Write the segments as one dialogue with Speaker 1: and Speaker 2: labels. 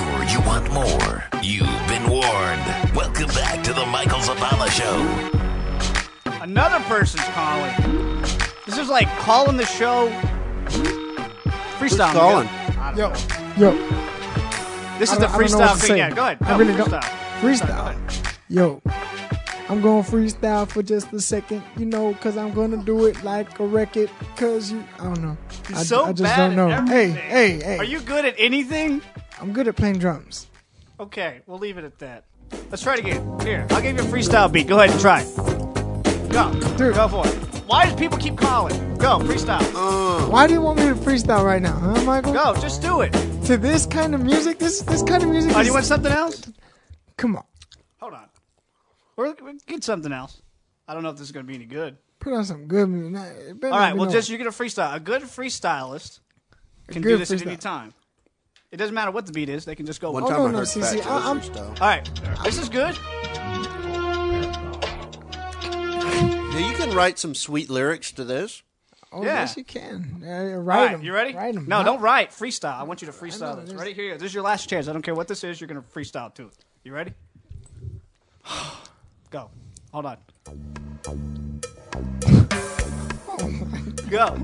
Speaker 1: want more, you've been warned. Welcome back to the Michael Zavala Show.
Speaker 2: Another person's calling. This is like calling the show. Freestyle.
Speaker 3: calling?
Speaker 2: I don't know.
Speaker 4: Yo, yo,
Speaker 2: This is the
Speaker 4: I don't- I don't know what
Speaker 2: freestyle
Speaker 4: to
Speaker 2: thing.
Speaker 4: say.
Speaker 2: Yeah, go ahead.
Speaker 4: I
Speaker 2: No,
Speaker 4: really don't-
Speaker 2: freestyle.
Speaker 4: freestyle. Yo, I'm going freestyle for just a second, you know, cause I'm gonna do it like a record, cause you, I don't know.
Speaker 2: He's
Speaker 4: I,
Speaker 2: so
Speaker 4: I just
Speaker 2: bad
Speaker 4: don't
Speaker 2: at
Speaker 4: know. Hey,
Speaker 2: everything.
Speaker 4: hey, hey.
Speaker 2: Are you good at anything?
Speaker 4: I'm good at playing drums.
Speaker 2: Okay, we'll leave it at that. Let's try it again. Here, I'll give you a freestyle beat. Go ahead and try. it. Go.
Speaker 4: Dude.
Speaker 2: Go for it. Why do people keep calling? Go, freestyle.
Speaker 4: Why do you want me to freestyle right now, huh, Michael?
Speaker 2: Go, just do it.
Speaker 4: To this kind of music, this this kind of music.
Speaker 2: Oh,
Speaker 4: is,
Speaker 2: you want something else?
Speaker 4: Come on,
Speaker 2: Hold on. Or we get something else. I don't know if this is going to be any good.
Speaker 4: put on some good music. Nah, it better
Speaker 2: All
Speaker 4: not
Speaker 2: right,
Speaker 4: be
Speaker 2: well,
Speaker 4: no-
Speaker 2: just you get a freestyle. A good freestylist can do
Speaker 4: good
Speaker 2: this at any
Speaker 4: freestyle.
Speaker 2: time. It doesn't matter what the beat is; they can just go.
Speaker 3: One
Speaker 2: All
Speaker 4: Oh,
Speaker 3: time
Speaker 4: no,
Speaker 3: I
Speaker 4: no,
Speaker 3: heard
Speaker 4: see,
Speaker 3: Fat
Speaker 4: see,
Speaker 3: Joe's
Speaker 4: I- I'm-
Speaker 3: freestyle.
Speaker 2: right, this is good.
Speaker 3: Now, you can write some sweet lyrics to this.
Speaker 4: Oh,
Speaker 2: yeah.
Speaker 4: yes, you can. Uh,
Speaker 2: All
Speaker 4: write
Speaker 2: right,
Speaker 4: them.
Speaker 2: you ready?
Speaker 4: Write them.
Speaker 2: no, don't write. Freestyle. I want you to freestyle
Speaker 4: know,
Speaker 2: this.
Speaker 4: there's-
Speaker 2: Ready? Here you go. This is your last chance. I don't care what this is. You're going to freestyle to it. You ready? go. Hold on. go.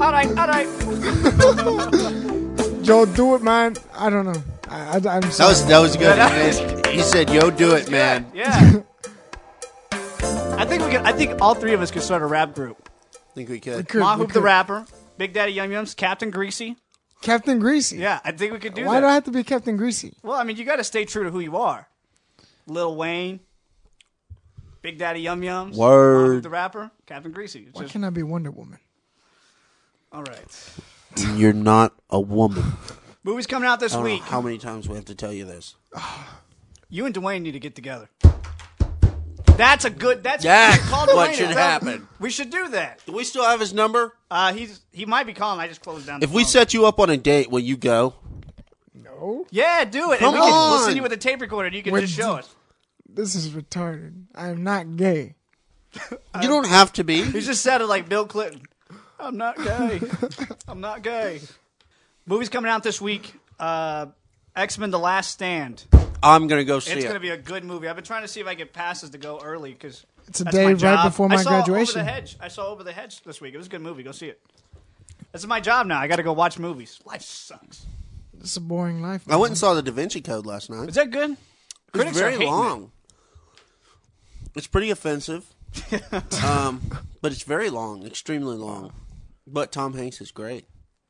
Speaker 2: All right, all right.
Speaker 4: Joe, do it, man. I don't know. I, I, I'm
Speaker 3: That
Speaker 4: sorry.
Speaker 3: was that was good.
Speaker 2: that-
Speaker 3: man. He said, "Yo, do it, man."
Speaker 2: Yeah. I think we can. I think all three of us could start a rap group.
Speaker 3: Think we could?
Speaker 4: Could- we
Speaker 2: Mahoop the
Speaker 4: could-
Speaker 2: rapper, Big Daddy Yum Yums, Captain Greasy.
Speaker 4: Captain Greasy.
Speaker 2: Yeah, I think we could do
Speaker 4: Why
Speaker 2: that.
Speaker 4: do I have to be Captain Greasy?
Speaker 2: well, I mean, you got to stay true to who you are. Lil Wayne, Big Daddy Yum Yums, Mahoop
Speaker 3: Word.
Speaker 2: the rapper, Captain Greasy. It's
Speaker 4: Why
Speaker 2: just-
Speaker 4: can't I be Wonder Woman?
Speaker 2: all right.
Speaker 3: You're not a woman.
Speaker 2: Movie's coming out this
Speaker 3: I don't know
Speaker 2: week.
Speaker 3: how many times we have to tell you this.
Speaker 2: You and Dwayne need to get together. That's a good. That's
Speaker 3: That's
Speaker 2: call
Speaker 3: what
Speaker 2: Dwayne
Speaker 3: should
Speaker 2: and tell him-
Speaker 3: happen.
Speaker 2: We should do that.
Speaker 3: Do we still have his number?
Speaker 2: Uh, he's he might be calling. I just closed down. The
Speaker 3: If we
Speaker 2: phone.
Speaker 3: set you up on a date, will you go?
Speaker 4: No.
Speaker 2: Yeah, do it.
Speaker 3: Come
Speaker 2: and we Can, we'll
Speaker 3: on.
Speaker 2: send you with a tape recorder. and You can
Speaker 4: We're
Speaker 2: just show
Speaker 4: d-
Speaker 2: us.
Speaker 4: This is retarded. I am not gay.
Speaker 3: You don't have to be.
Speaker 2: He just sounded like Bill Clinton. I'm not gay. I'm not gay. Movie's coming out this week. Uh, X Men: The Last Stand.
Speaker 3: I'm gonna go see
Speaker 2: It's going to
Speaker 3: it.
Speaker 2: be a good movie. I've been trying to see if I get passes to go early because
Speaker 4: It's a day right before my
Speaker 2: I saw
Speaker 4: graduation.
Speaker 2: Over the Hedge. I saw Over the Hedge this week. It was a good movie. Go see it. This is my job now. I got to go watch movies. Life sucks.
Speaker 4: It's a boring life.
Speaker 3: I went and saw the Da Vinci Code last night.
Speaker 2: Is that good? Critics
Speaker 3: it's
Speaker 2: are
Speaker 3: very
Speaker 2: hating it.
Speaker 3: long. It's pretty offensive, um, but it's very long, extremely long. But Tom Hanks is great.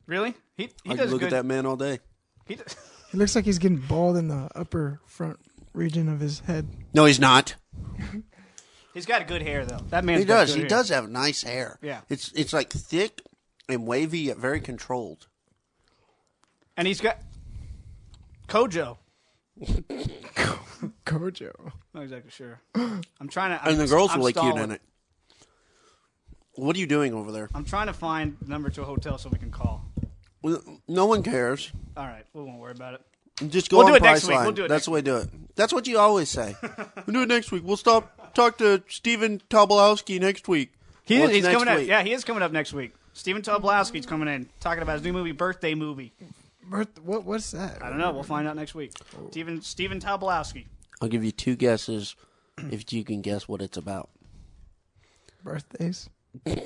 Speaker 2: Really? He he
Speaker 3: I could
Speaker 2: does
Speaker 3: look
Speaker 2: good.
Speaker 3: at that man all day.
Speaker 2: He does-
Speaker 4: It looks like he's getting bald in the upper front region of his head.
Speaker 3: No, he's not.
Speaker 2: he's got good hair though. That man.
Speaker 3: He does.
Speaker 2: Good
Speaker 3: He
Speaker 2: hair.
Speaker 3: does have nice hair.
Speaker 2: Yeah.
Speaker 3: It's it's like thick and wavy yet very controlled.
Speaker 2: And he's got Kojo.
Speaker 4: Kojo.
Speaker 2: Not exactly sure. I'm trying to. I'm,
Speaker 3: And the girls
Speaker 2: I'm
Speaker 3: are really cute
Speaker 2: stalling.
Speaker 3: in it. What are you doing over there?
Speaker 2: I'm trying to find the number to a hotel so we can call.
Speaker 3: Well, No one cares.
Speaker 2: All right, we won't worry about it.
Speaker 3: Just go
Speaker 2: We'll
Speaker 3: on
Speaker 2: do it next
Speaker 3: Priceline.
Speaker 2: week. We'll do it
Speaker 3: That's
Speaker 2: next
Speaker 3: the way to do it. That's what you always say. we'll do it next week. We'll stop talk to Stephen Tobolowski next week.
Speaker 2: He
Speaker 3: Well,
Speaker 2: is,
Speaker 3: it's
Speaker 2: he's
Speaker 3: next
Speaker 2: coming up.
Speaker 3: week.
Speaker 2: Yeah, he is coming up next week. Steven Tobolowsky's coming in talking about his new movie, Birthday Movie.
Speaker 4: Birth- what? What's that?
Speaker 2: I don't know. We'll find out next week.
Speaker 3: Oh.
Speaker 2: Steven Steven Tobolowsky.
Speaker 3: I'll give you two guesses if you can guess what it's about.
Speaker 4: Birthdays.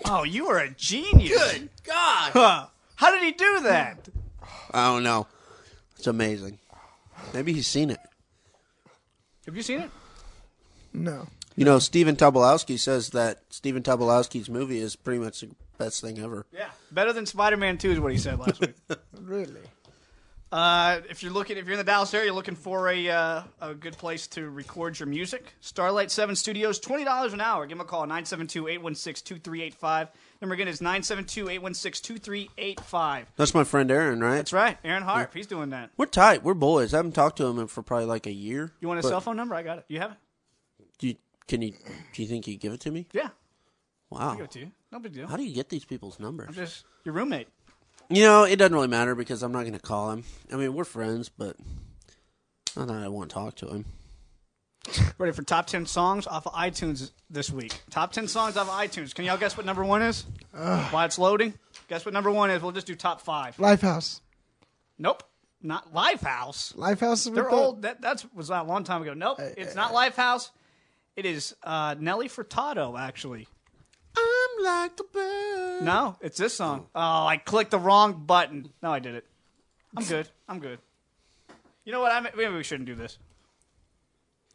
Speaker 2: Oh, you are a genius. Good
Speaker 3: God,
Speaker 2: Huh. How did he do that?
Speaker 3: I don't know. It's amazing. Maybe he's seen it.
Speaker 2: Have you seen it?
Speaker 4: No.
Speaker 3: You know, Stephen Tobolowski says that Stephen Tobolowski's movie is pretty much the best thing ever.
Speaker 2: Yeah. Better than Spider Man Two is what he said last week.
Speaker 4: Really?
Speaker 2: Uh, if you're looking, if you're in the Dallas area, you're looking for a uh, a good place to record your music. Starlight Seven Studios, twenty dollars an hour. Give them a call 972-816-2385. Number again is 972-816-2385.
Speaker 3: That's my friend Aaron, right?
Speaker 2: That's right, Aaron Harp. He's doing that.
Speaker 3: We're tight. We're boys. I haven't talked to him in for probably like a year.
Speaker 2: You want a
Speaker 3: But
Speaker 2: cell phone number? I got it. You have it?
Speaker 3: Do you, can you? Do you think you give it to me?
Speaker 2: Yeah,
Speaker 3: Wow.
Speaker 2: I give it to you. No big deal.
Speaker 3: How do you get these people's numbers?
Speaker 2: Just your roommate.
Speaker 3: You know, it doesn't really matter because I'm not going to call him. I mean, we're friends, but not that I want to talk to him.
Speaker 2: Ready for top ten songs off of iTunes this week? Top ten songs off of iTunes. Can y'all guess what number one is? While it's loading, guess what number one is? We'll just do top five.
Speaker 4: Lifehouse.
Speaker 2: Nope. not Lifehouse.
Speaker 4: Lifehouse is with
Speaker 2: They're
Speaker 4: the-
Speaker 2: old. That that's was a long time ago. Nope, it's not Lifehouse. It is uh, Nelly Furtado, actually.
Speaker 3: I'm like the bird.
Speaker 2: No, it's this song. Oh, I clicked the wrong button. No, I did it. I'm good. I'm good. You know what? I am maybe we shouldn't do this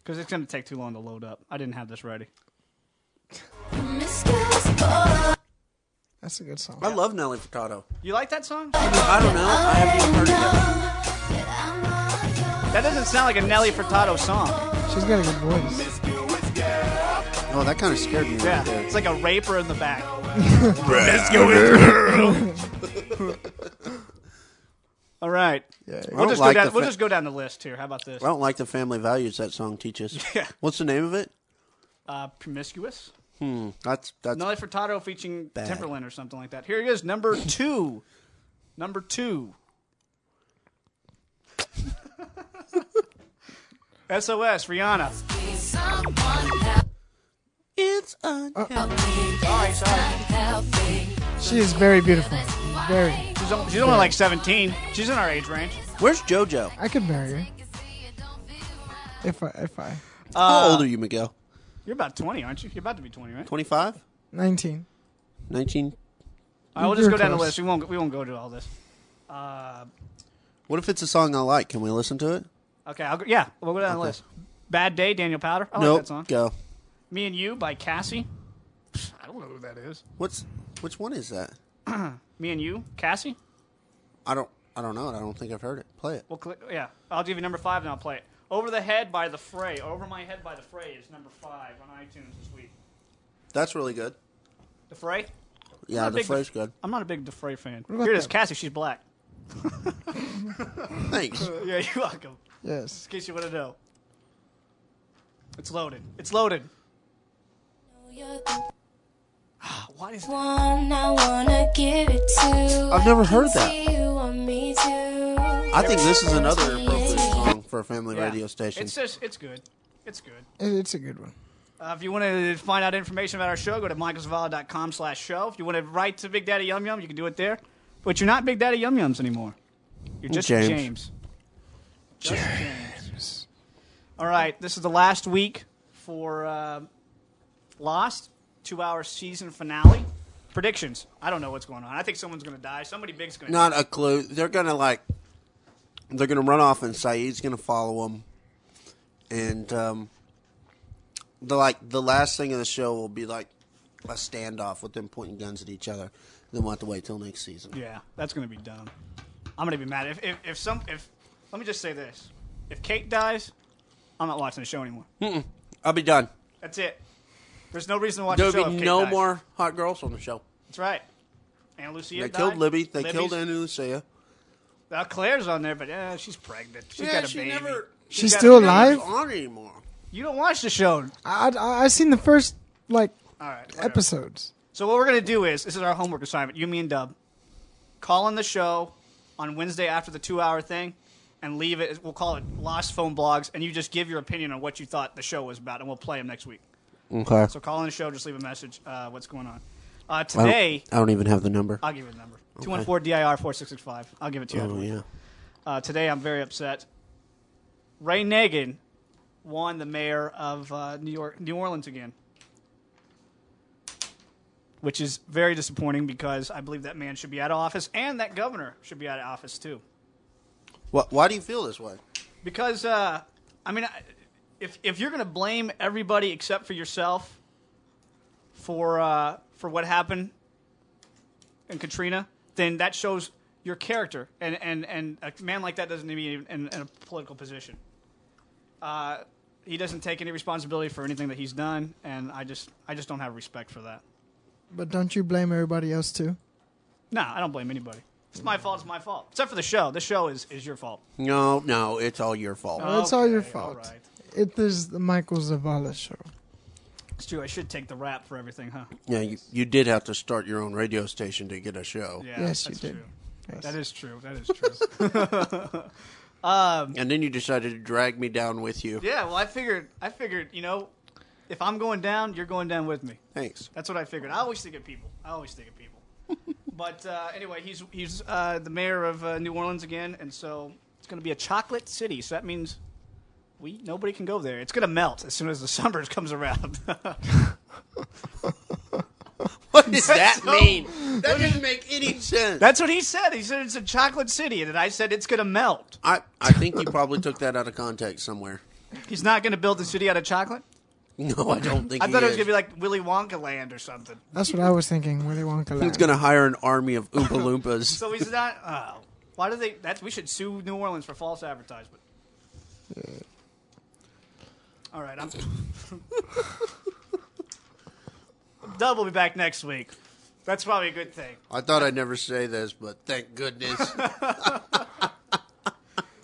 Speaker 2: because it's going to take too long to load up. I didn't have this ready.
Speaker 4: That's a good song.
Speaker 3: I love Nelly Furtado.
Speaker 2: You like that song?
Speaker 3: I don't know. I haven't even heard it
Speaker 2: That doesn't sound like a Nelly Furtado song.
Speaker 4: She's got a good voice.
Speaker 5: Oh, that kind of scared me
Speaker 2: Yeah,
Speaker 5: right there.
Speaker 2: it's like a raper in the back. All right,
Speaker 5: Yeah, I
Speaker 2: we'll
Speaker 5: don't
Speaker 2: just
Speaker 5: like
Speaker 2: go
Speaker 5: the
Speaker 2: down. We'll
Speaker 5: fa-
Speaker 2: just go down the list here. How about this?
Speaker 3: I don't like the family values that song teaches.
Speaker 2: Yeah.
Speaker 3: What's the name of it?
Speaker 2: Uh, promiscuous.
Speaker 3: That's that's
Speaker 2: Nelly Furtado featuring Timberland or something like that. Here it is, number two. number two. SOS, Rihanna.
Speaker 3: it's unhealthy.
Speaker 4: She is very beautiful. Very.
Speaker 2: She's, on- she's only like 17. She's in our age range.
Speaker 3: Where's JoJo?
Speaker 4: I could marry her if I if I
Speaker 2: Uh,
Speaker 3: How old are you, Miguel?
Speaker 2: You're about 20, aren't you? You're about to be 20, right?
Speaker 3: 25?
Speaker 4: nineteen.
Speaker 3: 19?
Speaker 2: All right, we'll just
Speaker 4: You're
Speaker 2: go down the
Speaker 4: close.
Speaker 2: list. We won't, we won't go to all this.
Speaker 3: What if it's a song I like? Can we listen to it?
Speaker 2: Okay, I'll go, yeah, we'll go down the list. Bad Day, Daniel Powder. I like
Speaker 3: nope.
Speaker 2: that song.
Speaker 3: Go.
Speaker 2: Me and You by Cassie. I don't know who that is.
Speaker 3: What's which one is that?
Speaker 2: Me and You, Cassie.
Speaker 3: I don't I don't know it. I don't think I've heard it. Play it.
Speaker 2: We'll click. Yeah, I'll give you number five, and I'll play it. Over the head by the fray. Over my head by the fray is number five on iTunes this week.
Speaker 3: That's really good.
Speaker 2: The fray?
Speaker 3: Yeah,
Speaker 2: Not a
Speaker 3: the
Speaker 2: big
Speaker 3: phrase
Speaker 2: def-
Speaker 3: good.
Speaker 2: I'm not a big Defray fan.
Speaker 4: about
Speaker 2: Here it is,
Speaker 4: that?
Speaker 2: Cassie. She's black.
Speaker 3: Thanks.
Speaker 2: Yeah, you're welcome.
Speaker 4: Yes.
Speaker 2: In case you want to know, it's loaded. It's loaded. Why is that?
Speaker 6: I've
Speaker 3: I've never heard that.
Speaker 6: that.
Speaker 3: I think this is another appropriate song for a family
Speaker 2: Yeah.
Speaker 3: radio station.
Speaker 2: It's just. It's good. It's good.
Speaker 4: It, it's a good one.
Speaker 2: Uh, if you want to find out information about our show, go to michaelsvala.com slash show. If you want to write to Big Daddy Yum Yum, you can do it there. But you're not Big Daddy Yum Yums anymore. You're just James.
Speaker 3: James.
Speaker 2: Just James. All right, this is the last week for uh, Lost, two-hour season finale. Predictions. I don't know what's going on. I think someone's going to die. Somebody big's going to die.
Speaker 3: Not a clue. They're gonna like. They're gonna run off, and Saeed's gonna follow them. And um, the like the last thing of the show will be like a standoff with them pointing guns at each other. Then we'll have to wait till next season.
Speaker 2: Yeah, that's going to be dumb. I'm going to be mad. If, if, if some, if, let me just say this. If Kate dies, I'm not watching the show anymore.
Speaker 3: I'll be done.
Speaker 2: That's it. There's no reason to watch
Speaker 3: There'll
Speaker 2: the show.
Speaker 3: be
Speaker 2: if Kate
Speaker 3: no
Speaker 2: dies.
Speaker 3: more hot girls on the show.
Speaker 2: That's right. And Lucia.
Speaker 3: They
Speaker 2: died.
Speaker 3: killed Libby. They
Speaker 2: Libby's-
Speaker 3: killed Anna Lucia.
Speaker 2: Now Claire's on there, but yeah, she's pregnant. She's
Speaker 3: yeah,
Speaker 2: got a
Speaker 3: she
Speaker 2: baby.
Speaker 3: never
Speaker 4: She's
Speaker 2: got-
Speaker 4: still
Speaker 2: she got
Speaker 4: alive.
Speaker 3: is on anymore.
Speaker 2: You don't watch the show.
Speaker 4: I I, I seen the first like
Speaker 2: All right. whatever.
Speaker 4: episodes.
Speaker 2: So what we're gonna do is this is our homework assignment. You, me, and Dub, call in the show on Wednesday after the two-hour thing, and leave it. We'll call it Lost Phone Blogs, and you just give your opinion on what you thought the show was about, and we'll play them next week.
Speaker 3: Okay.
Speaker 2: So call in the show. Just leave a message. Uh, what's going on? Uh, today,
Speaker 3: I don't even have the number.
Speaker 2: I'll give you the number. 214-DIR-4665. I'll give it to you.
Speaker 3: Oh
Speaker 2: afterwards.
Speaker 3: yeah.
Speaker 2: Uh, today, I'm very upset. Ray Nagin won the mayor of uh, New York, New Orleans again, which is very disappointing because I believe that man should be out of office, and that governor should be out of office too.
Speaker 3: Wh- Why do you feel this way?
Speaker 2: Because uh, I mean, I- if if you're going to blame everybody except for yourself for uh, for what happened in Katrina, then that shows your character, and and and a man like that doesn't need to be in, in, in a political position. Uh, he doesn't take any responsibility for anything that he's done, and I just I just don't have respect for that.
Speaker 4: But don't you blame everybody else too?
Speaker 2: No, I don't blame anybody. It's my fault. It's my fault. Except for the show. The show is is your fault.
Speaker 3: No, no, it's all your fault.
Speaker 4: Well, it's all your
Speaker 2: Okay, all
Speaker 4: fault.
Speaker 2: right.
Speaker 4: It is the Michael Zavala show.
Speaker 2: It's true. I should take the rap for everything, huh?
Speaker 3: Yeah, you, you did have to start your own radio station to get a show.
Speaker 2: Yeah,
Speaker 4: Yes, you
Speaker 2: that's
Speaker 4: did.
Speaker 2: True.
Speaker 4: Yes.
Speaker 2: That is true. That is true.
Speaker 3: And then you decided to drag me down with you.
Speaker 2: yeah. Well, I figured. I figured. You know, if I'm going down, you're going down with me.
Speaker 3: Thanks.
Speaker 2: That's what I figured. I always think of people. I always think of people. but uh, anyway, he's he's uh, the mayor of uh, New Orleans again, and so It's going to be a chocolate city, so that means we nobody can go there. It's going to melt as soon as the summer comes around.
Speaker 3: What does that
Speaker 2: So-
Speaker 3: mean? That doesn't make any sense.
Speaker 2: That's what he said. He said it's a chocolate city, and then I said it's going to melt.
Speaker 3: I, I think you probably took that out of context somewhere.
Speaker 2: He's not going to build the city out of chocolate.
Speaker 3: No, I don't think
Speaker 2: I
Speaker 3: he
Speaker 2: thought it was going
Speaker 3: is.
Speaker 2: to be like Willy Wonka land or something.
Speaker 4: That's what I was thinking. Willy Wonka.
Speaker 3: He's going to hire an army of Oompa Loompas.
Speaker 2: So he's not. Oh, why do they? That's we should sue New Orleans for false advertisement. All right, I'm. Dub will be back next week. That's probably a good thing.
Speaker 3: I thought I'd never say this, but thank goodness.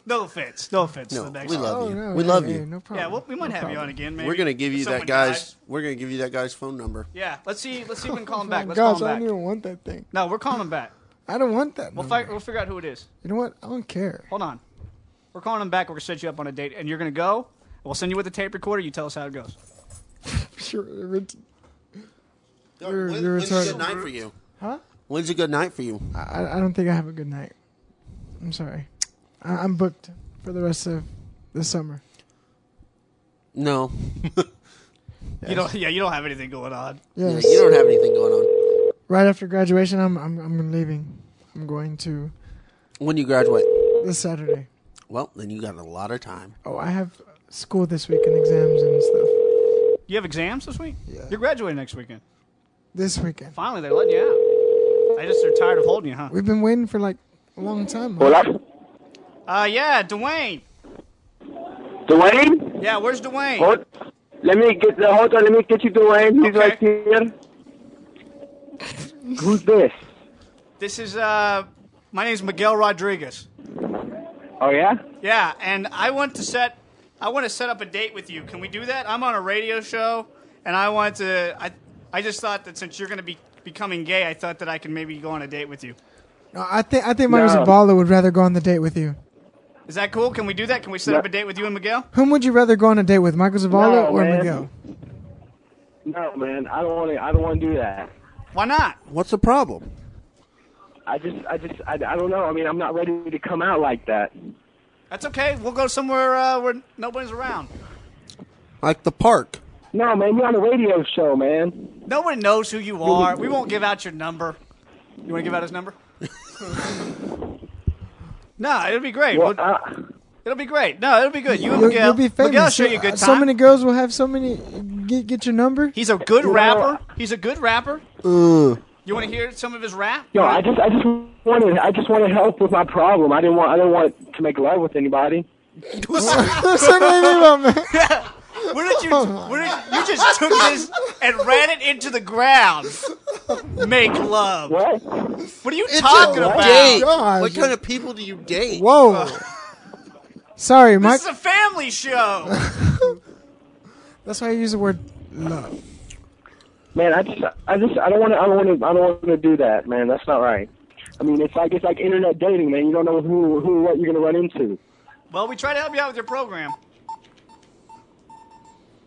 Speaker 2: No offense. No offense. to
Speaker 3: No,
Speaker 2: the next
Speaker 3: we
Speaker 2: one.
Speaker 3: love
Speaker 4: Oh,
Speaker 3: you.
Speaker 4: no,
Speaker 3: we
Speaker 4: hey,
Speaker 3: love
Speaker 4: hey,
Speaker 3: you.
Speaker 4: No problem.
Speaker 2: Yeah, we'll, we might
Speaker 4: No
Speaker 2: have you
Speaker 4: problem.
Speaker 2: on again. Maybe
Speaker 3: We're going to give
Speaker 2: if
Speaker 3: you
Speaker 2: someone
Speaker 3: that guy's
Speaker 2: dies.
Speaker 3: we're going to give you that guy's phone number.
Speaker 2: Yeah, let's see. Let's see if we can call him
Speaker 4: Oh
Speaker 2: back.
Speaker 4: my
Speaker 2: Let's call
Speaker 4: gosh,
Speaker 2: him
Speaker 4: I don't
Speaker 2: back.
Speaker 4: even want that thing.
Speaker 2: No, we're calling him back.
Speaker 4: I don't want that.
Speaker 2: We'll
Speaker 4: number.
Speaker 2: fight. We'll figure out who it is.
Speaker 4: You know what? I don't care.
Speaker 2: Hold on. We're calling him back. We're gonna set you up on a date, and you're gonna go. and We'll send you with a tape recorder. You tell us how it goes.
Speaker 4: Sure, it's- You're-
Speaker 3: When-
Speaker 4: you're
Speaker 3: when's a
Speaker 4: retarded.
Speaker 3: good night for you?
Speaker 4: Huh?
Speaker 3: When's a good night for you?
Speaker 4: I, I don't think I have a good night. I'm sorry. I, I'm booked for the rest of the summer.
Speaker 3: No.
Speaker 2: You don't. Yeah, you don't have anything going on.
Speaker 3: Yeah,
Speaker 4: Yes.
Speaker 3: you don't have anything going on.
Speaker 4: Right after graduation, I'm I'm I'm leaving. I'm going to
Speaker 3: When you graduate?
Speaker 4: this Saturday.
Speaker 3: Well, then you got a lot of time.
Speaker 4: Oh, I have school this week and exams and stuff
Speaker 2: You have exams this week.
Speaker 4: Yeah.
Speaker 2: You're graduating next weekend.
Speaker 4: this weekend.
Speaker 2: Finally, they're letting you out. They just are tired of holding you, huh?
Speaker 4: We've been waiting for like a long time.
Speaker 7: Hola,
Speaker 2: Uh, yeah, Dwayne.
Speaker 7: Dwayne.
Speaker 2: Yeah, where's Dwayne?
Speaker 7: Hold. Let me get the hold on. Let me get you Dwayne. He's
Speaker 2: Okay.
Speaker 7: right here. Who's this?
Speaker 2: This is uh, my name's Miguel Rodriguez.
Speaker 7: Oh yeah.
Speaker 2: Yeah, and I want to set, I want to set up a date with you. Can we do that? I'm on a radio show, and I want to. I, I just thought that since you're going to be becoming gay, I thought that I can maybe go on a date with you.
Speaker 4: No, I think I think Mario
Speaker 7: No.
Speaker 4: Zavala would rather go on the date with you.
Speaker 2: Is that cool? Can we do that? Can we set up a date with you and Miguel?
Speaker 4: Whom would you rather go on a date with, Michael Zavala
Speaker 7: No,
Speaker 4: or
Speaker 7: man.
Speaker 4: Miguel?
Speaker 7: No man, I don't want to. I don't want to do that.
Speaker 2: Why not?
Speaker 3: What's the problem?
Speaker 7: I just, I just, I, I don't know. I mean, I'm not ready to come out like that.
Speaker 2: That's okay. We'll go somewhere uh, where nobody's around.
Speaker 3: Like the park.
Speaker 7: No man, you're on a radio show, man.
Speaker 2: Nobody knows who you are. We won't give out your number. You want to give out his number? no, it'll be great.
Speaker 7: Well,
Speaker 2: We'll-
Speaker 7: I,
Speaker 2: it'll be great. No, it'll be good. You and
Speaker 4: You'll,
Speaker 2: Miguel.
Speaker 4: you'll be famous.
Speaker 2: Miguel show you a good time.
Speaker 4: So many girls will have so many. Get, get your number.
Speaker 2: He's a good
Speaker 7: know-
Speaker 2: rapper. He's a good rapper. You want to hear some of his rap?
Speaker 7: no, I just, I just wanted, I just wanted help with my problem. I didn't want, I didn't want to make love with anybody.
Speaker 4: That's what I mean, my man.
Speaker 2: Where did you? Where did, you just took this and ran it into the ground? Make love. What,
Speaker 7: What?
Speaker 2: are you talking
Speaker 3: a
Speaker 2: about?
Speaker 3: date.
Speaker 4: Gosh.
Speaker 3: What kind of people do you date?
Speaker 4: Whoa. Sorry, Mike.
Speaker 2: This is a family show.
Speaker 4: That's why I use the word love.
Speaker 7: Man, I just, I just, I don't want to, I don't want to, I don't want to do that, man. That's not right. I mean, it's like, it's like internet dating, man. You don't know who, who, what you're gonna run into.
Speaker 2: Well, we try to help you out with your program.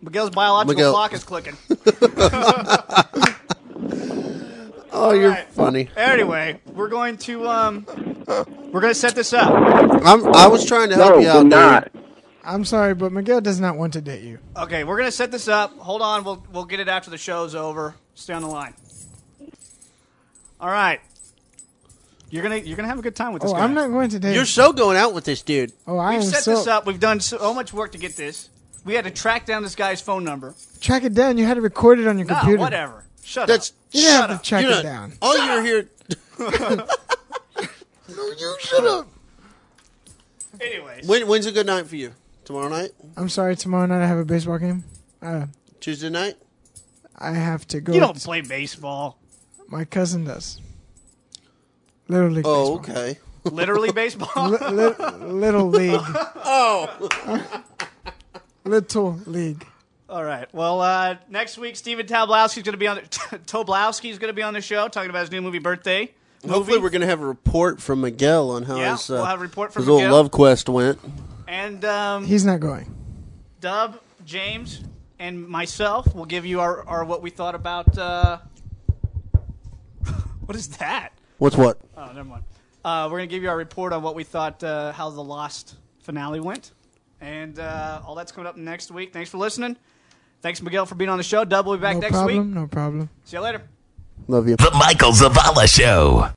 Speaker 2: Miguel's biological
Speaker 3: Miguel.
Speaker 2: clock is clicking.
Speaker 3: Oh, you're
Speaker 2: right.
Speaker 3: funny.
Speaker 2: Anyway, we're going to um, we're going to set this up.
Speaker 3: I'm, I was trying to help
Speaker 7: No,
Speaker 3: you
Speaker 7: do
Speaker 3: out.
Speaker 7: not.
Speaker 3: dude.
Speaker 4: I'm sorry, but Miguel does not want to date you.
Speaker 2: Okay, we're going to set this up. Hold on, we'll we'll get it after the show's over. Stay on the line. All right, you're gonna you're gonna have a good time with this
Speaker 4: Oh,
Speaker 2: guy.
Speaker 4: I'm not going to date.
Speaker 3: You're so going out with this dude.
Speaker 4: oh, I
Speaker 2: We've
Speaker 4: am
Speaker 2: set
Speaker 4: so.
Speaker 2: this uh, up. We've done so much work to get this. We had to track down this guy's phone number.
Speaker 4: Track it down. You had to record it on your
Speaker 2: Nah,
Speaker 4: computer.
Speaker 2: whatever. Shut
Speaker 3: That's
Speaker 2: up.
Speaker 4: You
Speaker 3: shut
Speaker 4: didn't have
Speaker 3: up.
Speaker 4: to track
Speaker 3: You're
Speaker 4: it
Speaker 3: not-
Speaker 4: down.
Speaker 3: All you're here.
Speaker 2: Anyways,
Speaker 3: When, when's a good night for you? Tomorrow night?
Speaker 4: I'm sorry. Tomorrow night I have a baseball game. Uh,
Speaker 3: Tuesday night?
Speaker 4: I have to go.
Speaker 2: you don't play baseball.
Speaker 4: My cousin does. Little league.
Speaker 3: Oh,
Speaker 4: baseball.
Speaker 3: okay.
Speaker 2: Literally baseball.
Speaker 4: Li- li- little league.
Speaker 3: Oh,
Speaker 4: Little league.
Speaker 2: All right. Well, uh, next week Stephen Toblowski's going to be on. Toblowski's going to be on the show talking about his new movie Birthday.
Speaker 3: hopefully we're gonna have a report from Miguel on how
Speaker 2: Yeah,
Speaker 3: his, uh,
Speaker 2: we'll have a report from
Speaker 3: his little
Speaker 2: Miguel.
Speaker 3: love quest went.
Speaker 2: And um,
Speaker 4: He's not going.
Speaker 2: Dub, James, and myself will give you our, our what we thought about. Uh, what is that?
Speaker 3: What's what?
Speaker 2: Oh, never mind. Uh, we're going to give you our report on what we thought, uh, how the Lost finale went. And uh, all that's coming up next week. Thanks for listening. Thanks, Miguel, for being on the show. Dub will be back
Speaker 4: No
Speaker 2: next
Speaker 4: problem.
Speaker 2: week.
Speaker 4: No problem.
Speaker 2: See you later.
Speaker 3: Love you.
Speaker 1: The Michael Zavala Show.